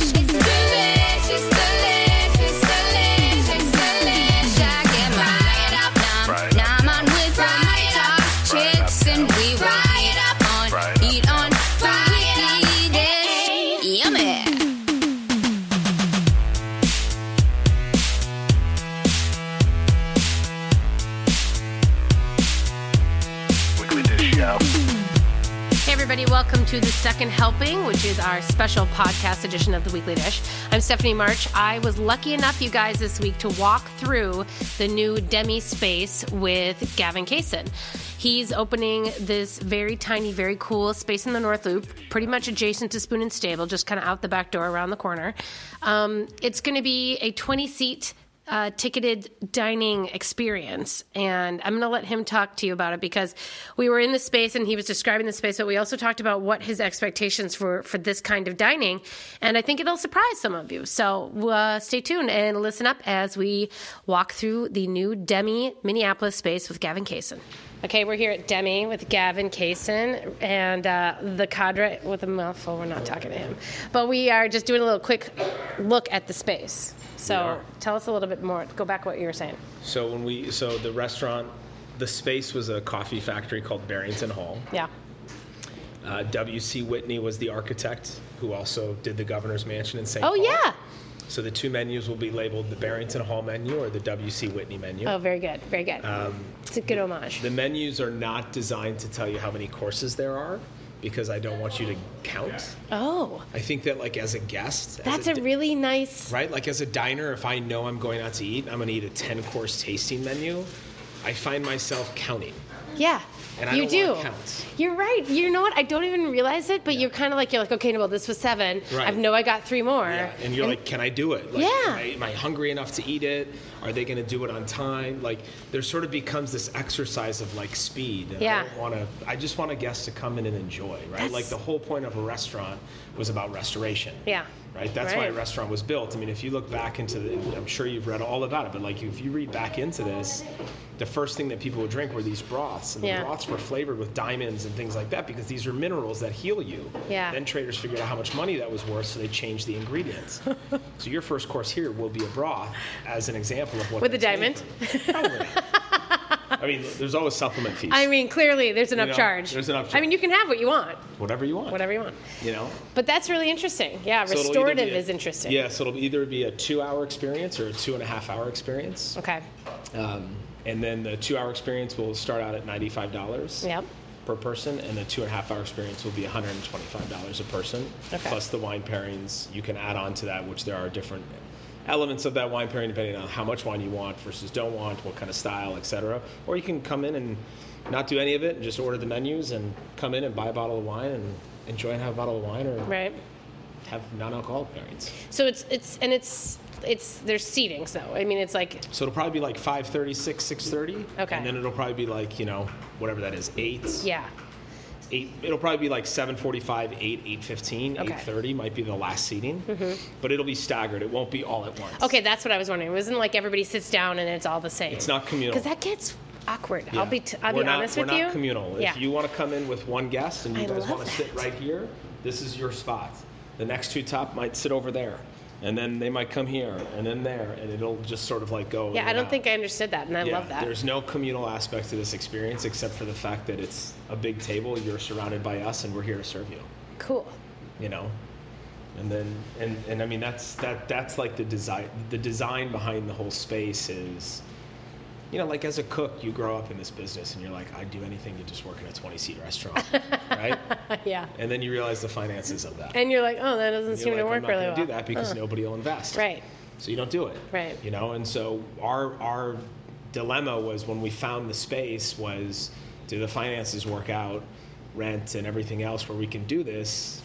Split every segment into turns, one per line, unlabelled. It's delicious, delicious, delicious, delicious. I get my nom nom nom on with the my talk chicks, and we will eat on eat on the weekly dish. Yummy.
Weekly Dish Show.
Hey, everybody, welcome to the second helping, which is our special podcast edition of the Weekly Dish. I'm Stephanie March. I was lucky enough, you guys, this week to walk through the new Demi space with Gavin Kaysen. He's opening this very tiny, very cool space in the North Loop, pretty much adjacent to Spoon and Stable, just kind of out the back door around the corner. Um, it's going to be a 20 seat uh, ticketed dining experience. And I'm going to let him talk to you about it because we were in the space and he was describing the space, but we also talked about what his expectations for, for this kind of dining. And I think it'll surprise some of you. So uh, stay tuned and listen up as we walk through the new Demi Minneapolis space with Gavin Kaysen. Okay, we're here at Demi with Gavin Kaysen and uh, the cadre with a mouthful. We're not talking to him, but we are just doing a little quick look at the space. So tell us a little bit more. Go back what you were saying.
So when we, so the restaurant, the space was a coffee factory called Barrington Hall.
Yeah.
Uh, W.C. Whitney was the architect who also did the governor's mansion in St.
Oh
Paul.
yeah.
So the two menus will be labeled the Barrington Hall menu or the W.C. Whitney menu. Um,
Oh, very good. Very good. it's a good homage.
Uh, The menus are not designed to tell you how many courses there are because I don't want you to count.
oh,
I think that like as a guest, as
that's a
di-
really nice.
right? Like as a diner, if I know I'm going out to eat, I'm going to eat a 10 course tasting menu. I find myself counting.
Yeah.
And I
you
don't
do.
wanna count.
You're right. You know what? I don't even realize it, but you're kind of like you're like, okay, well, this was seven. I
Right.
know I got three more.
Yeah, and you're like, can I do it? Like,
Yeah.
Am I, am I hungry enough to eat it? Are they going to do it on time? Like, there sort of becomes this exercise of like speed. and
Yeah.
I don't want to. I just want a guest to come in and enjoy, right?
That's-
Like the whole point of a restaurant was about restoration.
Yeah.
Right. That's why a
Right.
restaurant was built. I mean, if you look back into the, I'm sure you've read all about it, but like if you read back into this, the first thing that people would drink were these broths, and
Yeah.
the broths were flavored with diamonds and things like that because these are minerals that heal you.
Yeah.
Then traders figured out how much money that was worth, so they changed the ingredients. so your first course here will be a broth, as an example of what.
With a
that's
diamond?
made from. Probably. I mean, there's always supplement fees.
I mean, clearly there's an
You know,
upcharge.
there's an upcharge.
I mean, you can have what you want,
whatever you want.
whatever you want.
You know.
But that's really interesting. Yeah,
So it'll either be
restorative
a-
is interesting.
Yeah, so it'll either be a two-hour experience or a two and a half hour experience.
Okay.
Um, and then the two-hour experience will start out at ninety-five dollars.
Yep.
per person, and the two and a half hour experience will be $125 a person.
Okay.
Plus the wine pairings, you can add on to that, which there are different elements of that wine pairing depending on how much wine you want versus don't want, what kind of style, etc. Or you can come in and not do any of it and just order the menus and come in and buy a bottle of wine and enjoy and have a bottle of wine or
Right.
have non-alcoholic pairings.
So it's it's and it's it's there's seating. So I mean, it's like
So it'll probably be like 5:30, 6, 6:30.
Okay.
And then it'll probably be like, you know, whatever that is, 8.
yeah.
eight. It'll probably be like seven forty-five, eight, eight fifteen,
Okay. Mm-hmm.
eight thirty. Might be the last seating, but it'll be staggered. It won't be all at once.
Okay, that's what I was wondering. It wasn't like everybody sits down and it's all the same.
It's not communal.
because that gets awkward.
Yeah.
I'll be t- I'll
We're
be
not-
honest with
we're
you.
not communal.
Yeah.
If you want to come in with one guest and you
I
guys
love
want to sit
that.
right here, this is your spot. The next two top might sit over there, and then they might come here, and then there, and it'll just sort of like go. in
yeah, I
and
don't
out.
think I understood that, and I
Yeah,
love that.
There's no communal aspect to this experience except for the fact that it's a big table. You're surrounded by us, and we're here to serve you.
Cool.
you know and then and and i mean that's that that's like the design the design behind the whole space is you know like as a cook you grow up in this business and you're like i'd do anything to just work in a 20 seat restaurant right
yeah.
and then you realize the finances of that
And you're like, oh, that doesn't
You're
seem to
like, I'm
work
not
really
gonna
well. Uh-huh.
do that because nobody will invest
Right.
so you don't do it
Right.
you know and so our our dilemma was when we found the space was do the finances work out rent and everything else where we can do this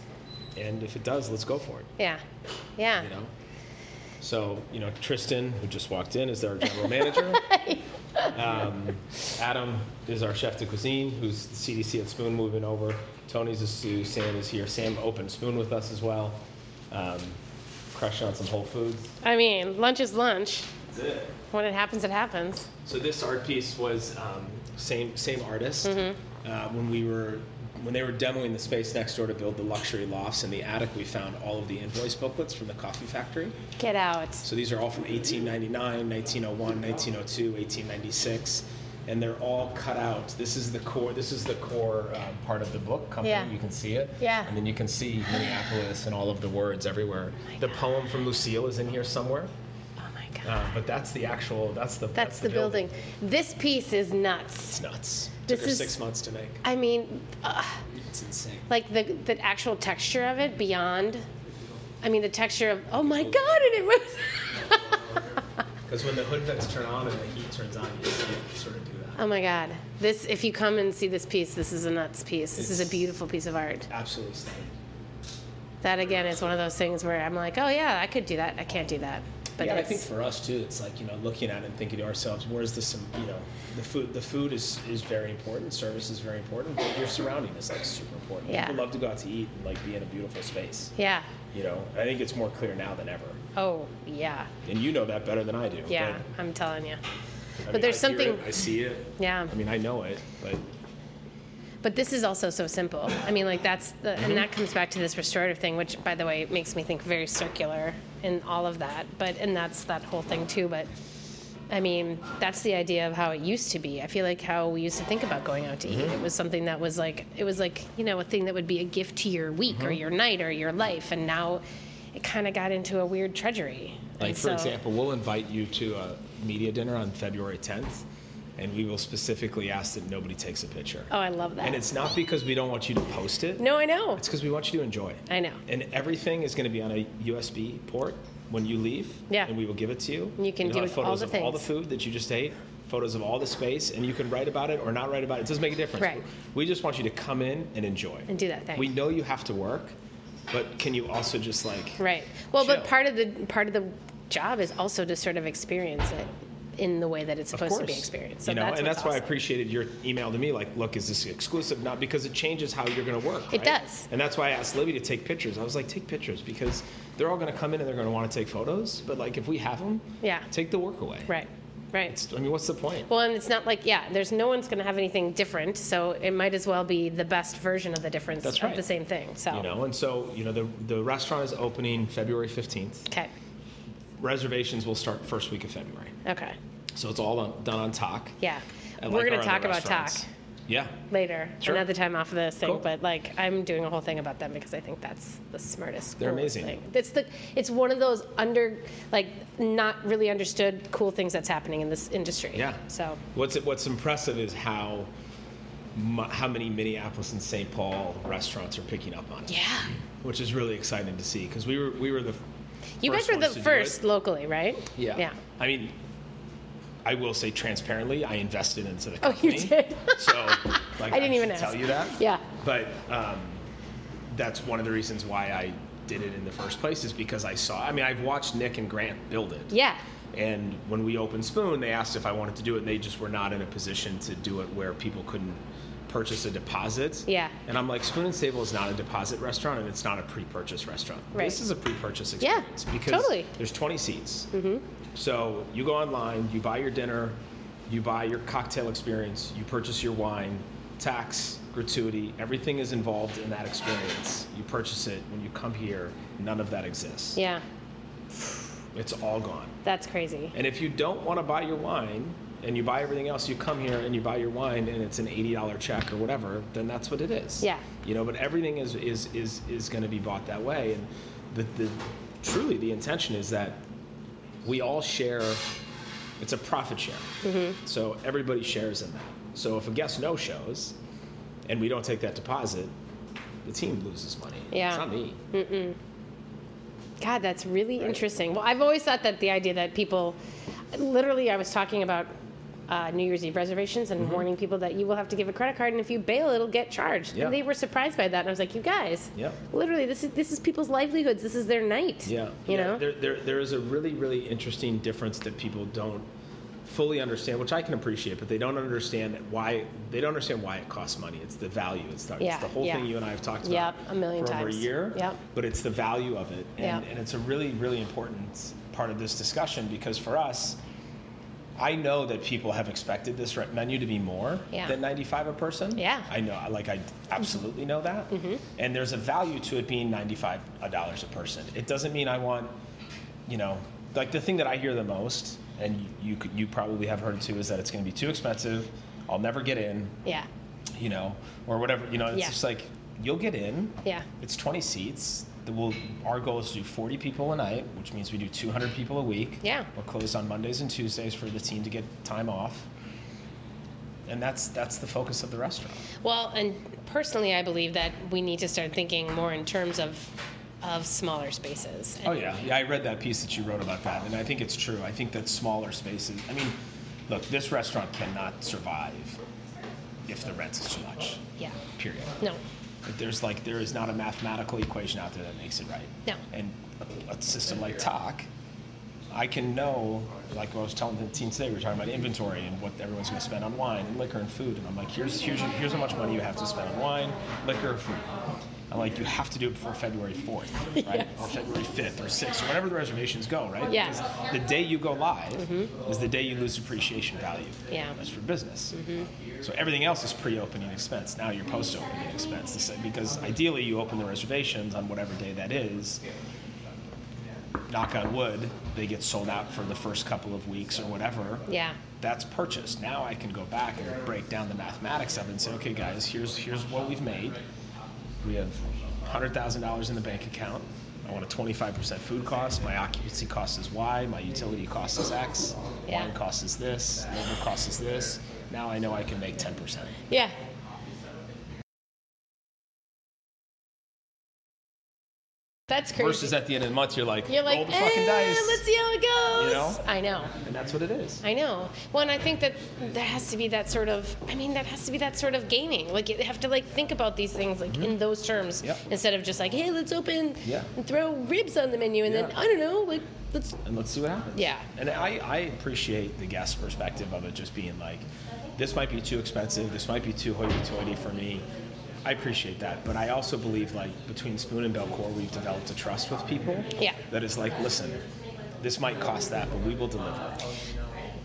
and if it does let's go for it
Yeah. Yeah.
you know so you know tristan who just walked in is our general manager um, adam is our chef de cuisine who's the cdc at spoon moving over tony's is sue sam is here sam opened spoon with us as well um, crushed on some whole foods
I mean, lunch is lunch.
That's it.
When it happens, it happens.
So this art piece was um, same same artist.
Mm-hmm.
Uh, when we were when they were demoing the space next door to build the luxury lofts in the attic, we found all of the invoice booklets from the coffee factory.
Get out.
So these are all from 1899, 1901, 1902, 1896, and they're all cut out. This is the core. This is the core um, part of the book. Company,
Yeah.
you can see it.
Yeah.
And then you can see Minneapolis and all of the words everywhere. The poem from Lucille is in here somewhere,
Oh my god.
uh, but that's the actual. That's the.
That's the building. This piece is nuts.
It's nuts.
This
Took her
is-
six months to make.
I mean, uh,
It's insane.
like the the actual texture of it beyond. I mean, the texture of oh my god, and it was.
Because when the hood vents turn on and the heat turns on, you see it sort of do that.
oh my god, this if you come and see this piece, this is a nuts piece. This is a
It's-
beautiful piece of art.
Absolutely stunning.
That again is one of those things where I'm like, oh yeah, I could do that. I can't do that. But
yeah, I
it's-
think for us too, it's like you know looking at it and thinking to ourselves, where's the some you know the food the food is is very important, service is very important, but your surrounding is like super important.
Yeah.
People love to go out to eat and like be in a beautiful space.
yeah.
You know, I think it's more clear now than ever,
Oh yeah.
and you know that better than I do.
Yeah.
but,
I'm telling you.
I
But
mean,
there's
I hear
something-
it, I see it.
Yeah.
I mean, I know it, but
But this is also so simple. I mean, like that's the, and that comes back to this restorative thing, which, by the way, makes me think very circular in all of that. But and that's that whole thing too. But I mean, that's the idea of how it used to be. I feel like how we used to think about going out to
Mm-hmm.
eat. It was something that was like it was like you know a thing that would be a gift to your week
Mm-hmm.
or your night or your life. And now it kind of got into a weird treasury.
Like,
And
for
so-
example, we'll invite you to a media dinner on February 10th, and we will specifically ask that nobody takes a picture.
Oh, I love that.
And it's not because we don't want you to post it,
no, I know.
it's because we want you to enjoy it.
I know.
And everything is going to be on a USB port when you leave.
Yeah.
And we will give it to you.
And you can
You'll
do
have
it- all
photos
the
of all the
things.
food that you just ate, photos of all the space, and you can write about it or not write about it. It doesn't make a difference.
Right.
We just want you to come in and enjoy.
And do that thing.
We know you have to work, but can you also just like
Right. Well, but
Chill.
part of the part of the job is also to sort of experience it in the way that it's supposed to be experienced. So
you know,
that's
and
what's
that's why I
awesome.
appreciated your email to me. Like, look, is this exclusive? Not because it changes how you're going to work.
It
right?
does.
And that's why I asked Libby to take pictures. I was like, take pictures because they're all going to come in and they're going to want to take photos. But like, if we have them,
Yeah.
take the work away.
Right. Right.
It's, I mean, what's the point?
well, and it's not like yeah, there's no one's going to have anything different, so it might as well be the best version of the difference
That's
of
right.
the same thing. So
you know, and so you know, the the restaurant is opening February 15th.
okay,
Reservations will start first week of February.
okay,
So it's all on, done on talk.
yeah,
I
we're
like
going
our
to talk
other
about talk
restaurants. Yeah.
later
Sure.
another time off of this thing
Cool.
but like i'm doing a whole thing about them because i think that's the smartest
They're
coolest
amazing.
thing. it's the it's one of those under like not really understood cool things that's happening in this industry
Yeah.
so
What's what's impressive is how mu- how many Minneapolis and St. Paul restaurants are picking up on it,
yeah
which is really exciting to see because we were we were the
you
first
guys were
ones
the
to do
first
it.
locally right
Yeah.
yeah
I mean, I will say transparently, I invested into the
oh you
company.
did
So like
I didn't even
should tell
ask.
you that.
yeah
But um, that's one of the reasons why I did it in the first place is because I saw. I mean, I've watched Nick and Grant build it.
yeah
And when we opened Spoon, they asked if I wanted to do it, and they just were not in a position to do it where people couldn't purchase a deposit.
Yeah.
And I'm like, Spoon and Sable is not a deposit restaurant, and it's not a pre-purchase restaurant.
Right.
This is a pre-purchase
Yeah,
experience because
totally.
there's 20 seats. Mm-hmm. So you go online, you buy your dinner, you buy your cocktail experience, you purchase your wine, tax, gratuity, everything is involved in that experience. You purchase it when you come here. None of that exists.
yeah
It's all gone.
that's crazy
And if you don't want to buy your wine and you buy everything else, you come here and you buy your wine and it's an $80 check or whatever, then that's what it is.
Yeah.
You know, but everything is is is is going to be bought that way and the, the truly the intention is that we all share it's a profit share.
Mm-hmm.
So everybody shares in that. So if a guest no shows and we don't take that deposit, the team loses money.
Yeah.
It's not me.
God, that's really interesting. Well, I've always thought that the idea that people, literally, I was talking about uh, New Year's Eve reservations
Mm-hmm.
and warning people that you will have to give a credit card, and if you bail, it'll get charged.
Yeah.
And they were surprised by that, and I was like, you guys,
Yeah.
literally, this is this is people's livelihoods. This is their night.
Yeah.
you
yeah.
know.
There, there, there is a really, really interesting difference that people don't fully understand, which I can appreciate, but they don't understand why they don't understand why it costs money. It's the value. It's the,
Yeah,
it's the whole
yeah.
thing you and I have talked about
Yep, a million
for over a
times.
year.
Yep.
But it's the value of it, and,
Yep.
and it's a really really important part of this discussion because for us. I know that people have expected this re- menu to be more
Yeah.
than 95 a person.
Yeah. Mm-hmm.
I know, like I absolutely know that. And there's a value to it being 95 dollars a person. It doesn't mean I want, you know, like the thing that I hear the most, and you you, could, you probably have heard too, is that it's going to be too expensive. I'll never get in,
Yeah.
you know, or whatever. You know, it's
Yeah.
just like you'll get in.
Yeah.
It's 20 seats. The- We'll, our goal is to do 40 people a night, which means we do 200 people a week.
Yeah.
We're closed on Mondays and Tuesdays for the team to get time off. And that's that's the focus of the restaurant.
Well, and personally, I believe that we need to start thinking more in terms of of smaller spaces.
Oh yeah, yeah. I read that piece that you wrote about that, and I think it's true. I think that smaller spaces. I mean, look, this restaurant cannot survive if the rent is too much.
Yeah.
Period.
No.
If There's like there is not a mathematical equation out there that makes it right.
No.
And a, a system like TOC, I can know, like I was telling the team today, we were talking about inventory and what everyone's going to spend on wine and liquor and food, and I'm like, here's here's here's how much money you have to spend on wine, liquor, food. I'm like, you have to do it before February 4th, right? Or February 5th or 6th, or whatever the reservations go, right?
Yeah. Mm-hmm.
Because the day you go live is the day you lose appreciation value.
Yeah. Mm-hmm.
That's for business. So everything else is pre-opening expense. Now you're post-opening expense This- because ideally you open the reservations on whatever day that is. Knock on wood, they get sold out for the first couple of weeks or whatever.
Yeah.
That's purchased. Now I can go back and break down the mathematics of it and say, okay, guys, here's here's what we've made. We have hundred thousand dollars in the bank account. I want a 25% food cost. My occupancy cost is Y. My utility cost is X.
Yeah.
Wine cost is this. Labor cost is this. Now I know I can make 10%.
Yeah. That's crazy.
Versus at the end of the month, you're like,
You're like,
roll the
"Eh,
fucking dice.
let's see how it goes.
You know?
I know.
And that's what it is.
I know. Well, and I think that there has to be that sort of, I mean, that has to be that sort of gaming. Like, you have to, like, think about these things, like, in those terms,
Yep.
instead of just like, hey, let's open
Mm-hmm. Yeah.
and throw ribs on the menu, and then,
Yeah.
I don't know, like, let's,
and let's see what happens.
Yeah.
And I, I appreciate the guest perspective of it just being like, this might be too expensive, this might be too hoity-toity for me. I appreciate that, but I also believe like between Spoon and Belcore, we've developed a trust with people.
Yeah.
That is like, listen, this might cost that, but we will deliver.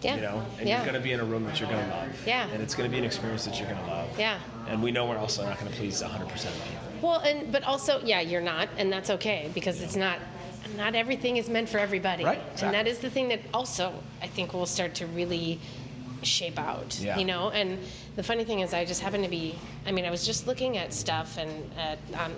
yeah.
You know, and
yeah.
you're gonna be in a room that you're gonna love.
Yeah.
And it's gonna be an experience that you're gonna love.
Yeah.
And we know we're also not gonna please 100% of people.
Well, and but also, yeah, you're not, and that's okay because it's not. Not everything is meant for everybody,
Right,
and that
exactly.
is the thing that also I think will start to really shape out.
Yeah.
You know, and the funny thing is, I just happen to be. I mean, I was just looking at stuff and at um,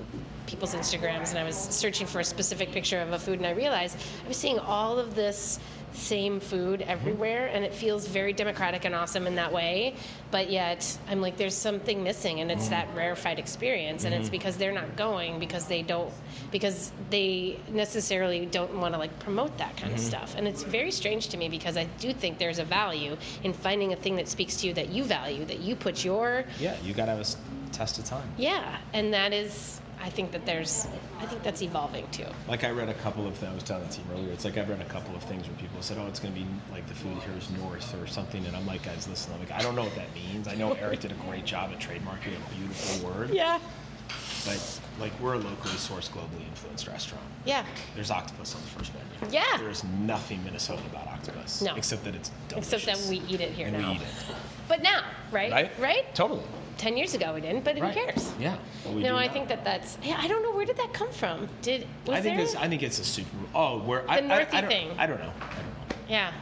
people's Instagrams, and I was searching for a specific picture of a food, and I realized I was seeing all of this same food
Mm-hmm.
everywhere and it feels very democratic and awesome in that way but yet i'm like there's something missing and it's
Mm.
that rarefied experience and
Mm-hmm.
it's because they're not going because they don't because they necessarily don't want to like promote that kind of
Mm-hmm.
stuff and it's very strange to me because i do think there's a value in finding a thing that speaks to you that you value that you put your
Yeah, you gotta have a s- test of time.
yeah and that is i think that there's i think that's evolving too
Like I read a couple of things. I was telling the team earlier. It's like I've read a couple of things where people said, "Oh, it's going to be like the food here is north or something," and I'm like, "Guys, listen. I'm like, I don't know what that means. I know Eric did a great job at trademarking a beautiful word,
yeah
but like we're a locally sourced, globally influenced restaurant.
yeah
There's octopus on the first menu.
Yeah.
There is nothing Minnesota about octopus.
No.
Except that it's delicious.
except that we eat it here
and
now
we eat it,
but now right
right? Totally.
10 years ago we didn't but who
right.
cares
Yeah. But we
no,
do
I
now.
think that that's. Yeah, I don't know where did that come from. Did was
I think
there?
it's. I think it's a super. Oh, where I,
The
I,
Northy
I don't,
thing.
I don't know. I don't know.
yeah,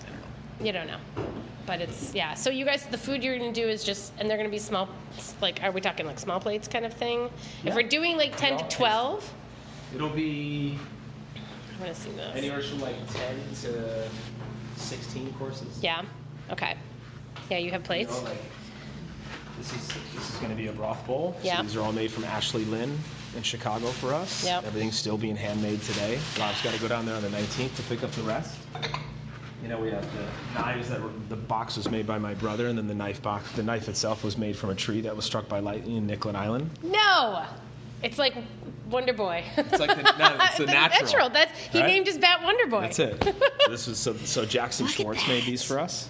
I don't know.
you don't know, but it's yeah. So you guys, the food you're gonna do is just, and they're gonna be small. Like, are we talking like small plates kind of thing? If
Yeah.
we're doing like ten to
all taste it.
twelve,
It'll be
I want to see those.
Anywhere from like 10 to 16 courses.
Yeah. Okay. Yeah, you have
You know,
plates.
like, this is this is going to be a broth bowl. So
Yeah.
these are all made from Ashley Lynn in Chicago for us.
Yep.
Everything's still being handmade today. Rob's got to go down there on the 19th to pick up the rest. You know, we have the knives that were, the box was made by my brother, and then the knife box, the knife itself was made from a tree that was struck by lightning in Nicklin Island.
No. It's like Wonder Boy.
It's like the- no, it's the natural.
That's he
Right?
named his bat Wonder Boy.
That's it. this was so, so Jackson
Look at
Schwartz made
that.
these for us.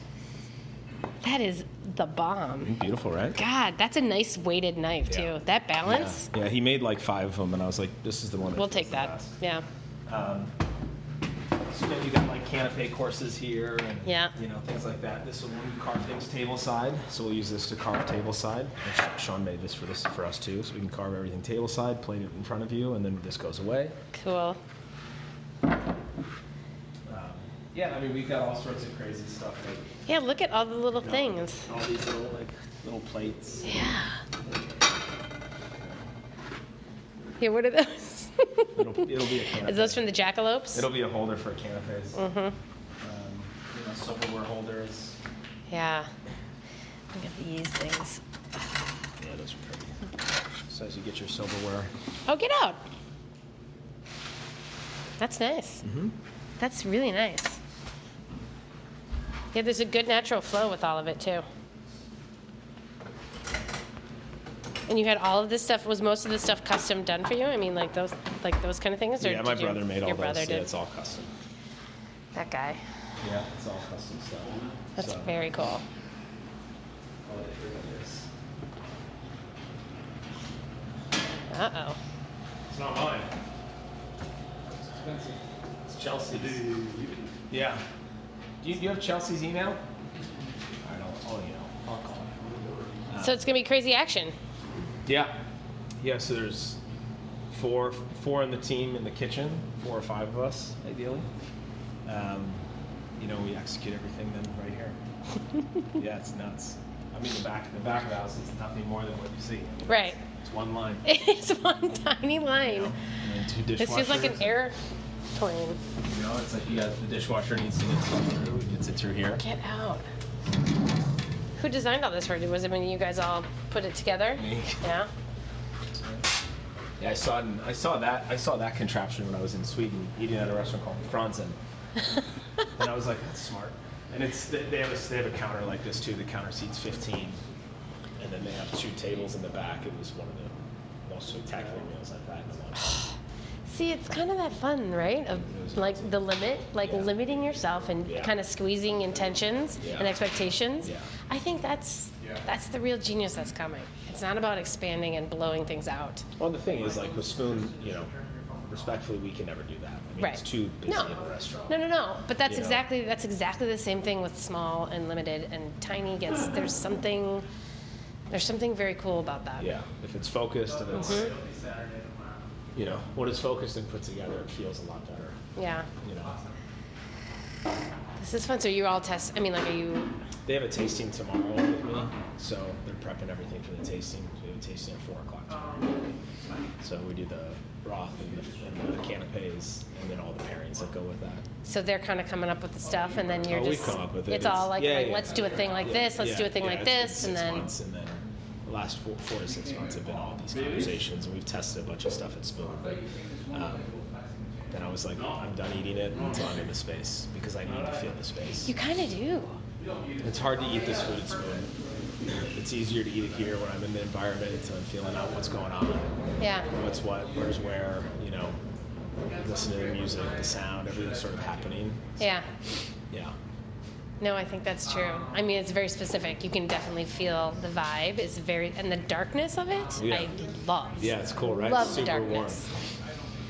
That is the bomb.
Beautiful, right?
God, that's a nice weighted knife
Yeah.
too. That
Yeah.
balance,
yeah, he made like five of them, and I was like, this is the one.
we'll
fits
take
the
that.
best.
Yeah.
Um, so then you got like canapé courses here and
Yeah.
you know things like that. This will we carve things table side, so we'll use this to carve table side. And Sean made this for this for us too, so we can carve everything table side, plate it in front of you, and then this goes away.
Cool.
Um, yeah, I mean we've got all sorts of crazy stuff, like
Yeah, look at all the little things.
all these little like little plates.
Yeah. Here, what are those?
It'll, it'll be a canapé.
Is those from the jackalopes?
It'll be a holder for canapes.
mm-hmm.
Um, you know, silverware holders.
Yeah. Look at these things.
Yeah, those are pretty. So as you get your silverware.
Oh, get out. That's nice.
Mm-hmm.
That's really nice. Yeah, there's a good natural flow with all of it too. And you had all of this stuff. Was most of this stuff custom done for you? I mean, like those, like those kind of things. Or
Yeah, my
did you-
brother made all
your
those.
brother
Yeah,
did.
it's all custom.
That guy.
Yeah, it's all custom stuff.
That's
So,
very cool.
I'll let you look at this.
Uh oh.
It's not mine. It's expensive. It's Chelsea's. Yeah. Do you, do you have Chelsea's email? All right, I'll, I'll email. oh, I'll call her. Uh,
So it's gonna be crazy action.
Yeah. Yeah, so there's four four in the team in the kitchen, four or five of us, ideally. Um, you know, we execute everything then right here. yeah, it's nuts. I mean, the back the back of the house is nothing more than what you see.
Right.
It's one line.
It's one tiny
You know,
line.
and then two
This feels like an
dishwashers.
airplane.
You know, it's like you got the dishwasher needs to get something through, it gets it through here.
Get out. Who designed all this for you? Was it when you guys all put it together?
Me.
Yeah.
Yeah, I saw it in, I saw that I saw that contraption when I was in Sweden eating at a restaurant called Franzen. and I was like, that's smart. And it's they they have a, they have a counter like this too. The counter seats 15, and then they have two tables in the back. It was one of the most spectacular meals I've had in a long time.
See, it's kind of that fun, right? Of like the limit, like
Yeah.
limiting yourself and
Yeah.
kind of squeezing intentions
Yeah.
and expectations.
Yeah.
I think that's
Yeah.
that's the real genius that's coming. It's not about expanding and blowing things out.
Well, the thing is, like with Spoon, you know, respectfully, we can never do that. I mean,
Right.
it's too busy
No.
of a restaurant.
No, no, no. But that's
You know.
exactly that's exactly the same thing with small and limited and tiny gets there's something there's something very cool about that.
Yeah, if it's focused and it's,
Mm-hmm.
you know, what is focused and put together, it feels a lot better.
Yeah.
You know,
This is fun. So you all test I mean like are you
they have a tasting tomorrow with me, so they're prepping everything for the tasting. We have a tasting at four o'clock tomorrow. So we do the broth and the, and the canapes, and then all the pairings that go with that.
So they're kind of coming up with the stuff, and then you're
Oh,
just.
we've come up with it.
It's, all like,
yeah,
like
yeah,
let's
yeah.
do a thing like
Yeah,
this, let's
yeah,
do a thing
yeah,
like
it's been
this, and
six
then.
months, and then the last four, four to six months have been all these conversations, and we've tested a bunch of stuff at Spoon. But, um, then I was like, I'm done eating it until I'm in the space because I need to feel the space.
You kind of do.
It's hard to eat this food at Spoon. It's easier to eat it here when I'm in the environment, so I'm feeling out what's going on,
Yeah.
what's what, where's where, you know, listen to the music, the sound, everything's sort of happening.
Yeah.
Yeah.
No, I think that's true. I mean, it's very specific. You can definitely feel the vibe. It's very. And the darkness of it,
Yeah.
I love.
Yeah, it's cool, right?
Love the
Super warm.
darkness.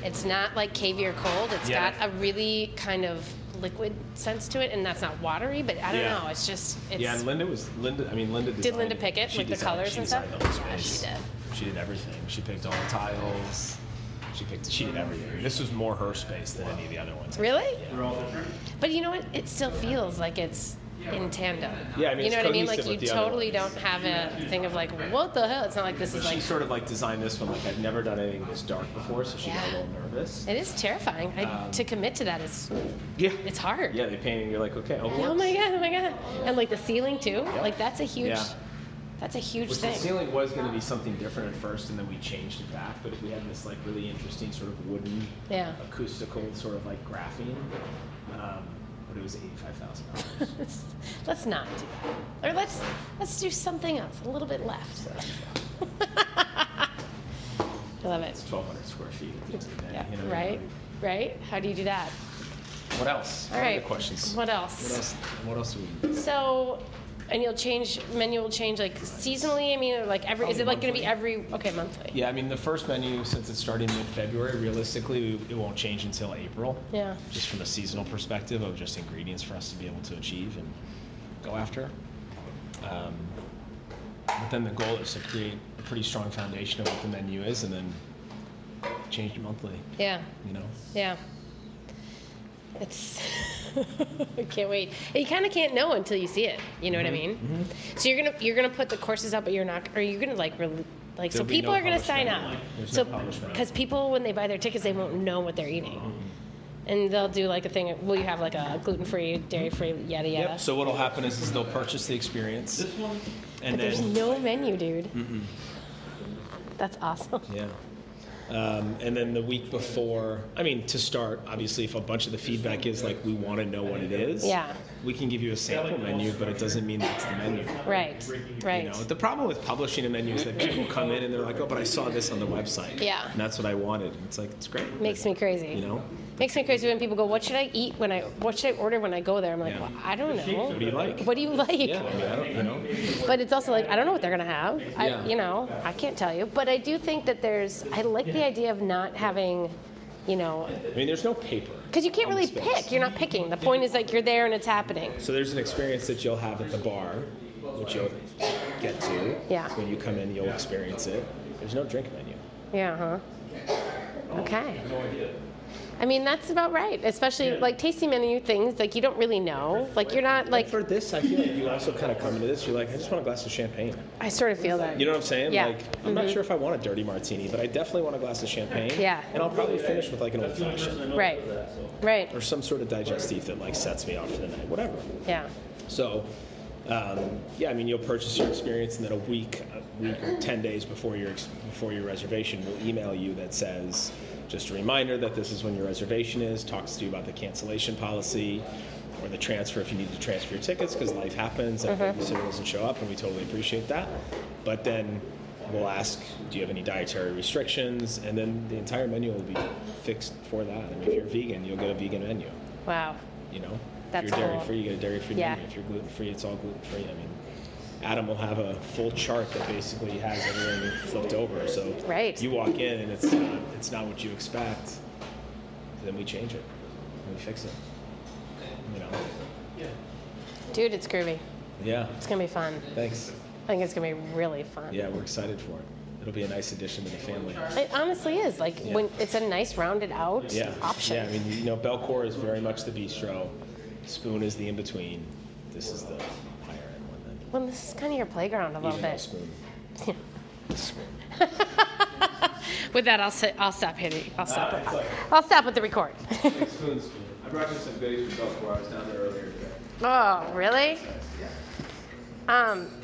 It's not like cavey or cold. It's
Yeah.
got a really kind of liquid sense to it, and that's not watery, but I don't
Yeah.
know. It's just. It's,
yeah, and Linda was Linda. I mean, Linda designed,
Linda pick it,
She
like, the
designed-
colors
she
and stuff?
designed the whole
Yeah, she
space.
did.
She did everything. She picked all the tiles. She picked. She did everything. This was more her space than any of the other ones.
Really?
Yeah,
But you know what? It still feels like it's in tandem.
Yeah, I mean,
you know
it's
what I mean. Like
cohesive
you
with the other
totally
ones.
don't have a thing of like, what the hell? It's not like this is
she
like.
sort of like designed this one. Like I've never done anything this dark before, so she got a
Yeah.
little nervous.
It is terrifying. I,
Um,
to commit to that is
Yeah.
it's hard.
Yeah, they paint and you're like, okay, oh,
Oh my god! Oh my god! And like the ceiling too. Like that's a huge.
Yeah.
That's a huge
Which the
thing.
ceiling was going to be something different at first, and then we changed it back. But we had this like really interesting sort of wooden,
Yeah.
acoustical sort of like graphene. Um, but it was eighty-five thousand dollars.
let's not do that. Or let's let's do something else. A little bit left. I love it.
It's 1,200 square feet. at the end of the day,
Yeah,
you know,
right, right? How do you do that?
What else?
All
What other
right.
Questions.
What
What
else?
else? What else do we? need?
So, and you'll change, menu will change like seasonally, I mean, or like every, is it like gonna be every, okay, monthly?
Yeah, I mean the first menu since it's starting mid-February, realistically, it won't change until April.
Yeah.
Just from a seasonal perspective of just ingredients for us to be able to achieve and go after. Um, but then the goal is to create a pretty strong foundation of what the menu is, and then change it monthly.
Yeah,
You know.
yeah. It's, I can't wait. You kinda can't know until you see it, you know what I mean?
Mm-hmm.
So you're gonna, you're gonna put the courses up, but you're not, are you gonna like, rel- like, so
There'll be
people
no
are gonna
published
sign
menu.
up?
There's
So,
no published Mm-hmm. menu.
cause people, when they buy their tickets, they won't know what they're eating. And they'll do like a thing, will you have like a gluten-free, dairy-free, yada yada?
Yep. So what'll happen is, is they'll purchase the experience. This one. And
But there's
then. Mm-hmm.
no menu, dude. That's awesome.
Yeah. Um, and then the week before, I mean, to start, obviously, if a bunch of the feedback is like, we want to know what it is,
Yeah.
we can give you a sample menu, but it doesn't mean that's the menu.
Right. Right.
You know, the problem with publishing a menu is that people come in and they're like, oh, but I saw this on the website.
Yeah.
And that's what I wanted. And it's like, it's great.
Makes me crazy.
You know?
Makes me crazy when people go, "What should I eat when I? What should I order when I go there?" I'm like,
Yeah.
well, I don't know.
What do you like?
What do you like?
Yeah. I mean, I don't, you know?
But it's also like I don't know what they're gonna have. I,
Yeah.
you know, I can't tell you. But I do think that there's. I like the idea of not having, you know,
I mean, there's no paper.
because you can't
on the
really
space.
pick. You're not picking. The point is like you're there and it's happening.
So there's an experience that you'll have at the bar, which you'll get to.
Yeah.
When you come in, you'll experience it. There's no drink menu.
Yeah, huh?
Oh,
Okay. I mean, that's about right, especially like tasting menu things, like you don't really know. Like, you're not like,
For this, I feel like you also kind of come into this. You're like, I just want a glass of champagne.
I sort of feel that.
You know what I'm saying?
Yeah. Mm-hmm.
Like, I'm not sure if I want a dirty martini, but I definitely want a glass of champagne.
Yeah.
And I'll probably finish with like an old fashioned
Right.
or
Right.
some sort of digestif that like sets me off for the night, whatever.
Yeah.
So, um, yeah, I mean, you'll purchase your experience, and then a week, a week or ten days before your ex- before your reservation, we'll email you that says, just a reminder that this is when your reservation is. Talks to you about the cancellation policy, or the transfer if you need to transfer your tickets because life happens. and hmm doesn't show up, and we totally appreciate that. But then we'll ask, do you have any dietary restrictions? And then the entire menu will be fixed for that. I mean, if you're vegan, you'll get a vegan menu
Wow.
you know.
That's
if you're
cool.
dairy free, you get a dairy free
Yeah.
menu. If you're gluten free, it's all gluten free. I mean, Adam will have a full chart that basically has everything flipped over. So
Right.
you walk in and it's not, it's not what you expect. Then we change it. And we fix it. You know.
Dude, it's groovy.
Yeah.
It's going to be fun.
Thanks.
I think it's going to be really fun.
Yeah, we're excited for it. It'll be a nice addition to the family.
It honestly is. Like,
Yeah.
when it's a nice rounded out
Yeah.
option.
Yeah, I mean, you know, Belcour is very much the bistro. Spoon is the in between. This is the higher end one then.
well, this is kind of your playground a little
Even though
bit.
Spoon.
With that, I'll, sit, I'll stop hitting. I'll stop. I'll stop with the record.
spoons. I brought you some goodies from Belcour. I was down there earlier today.
oh, really? Oh, Um,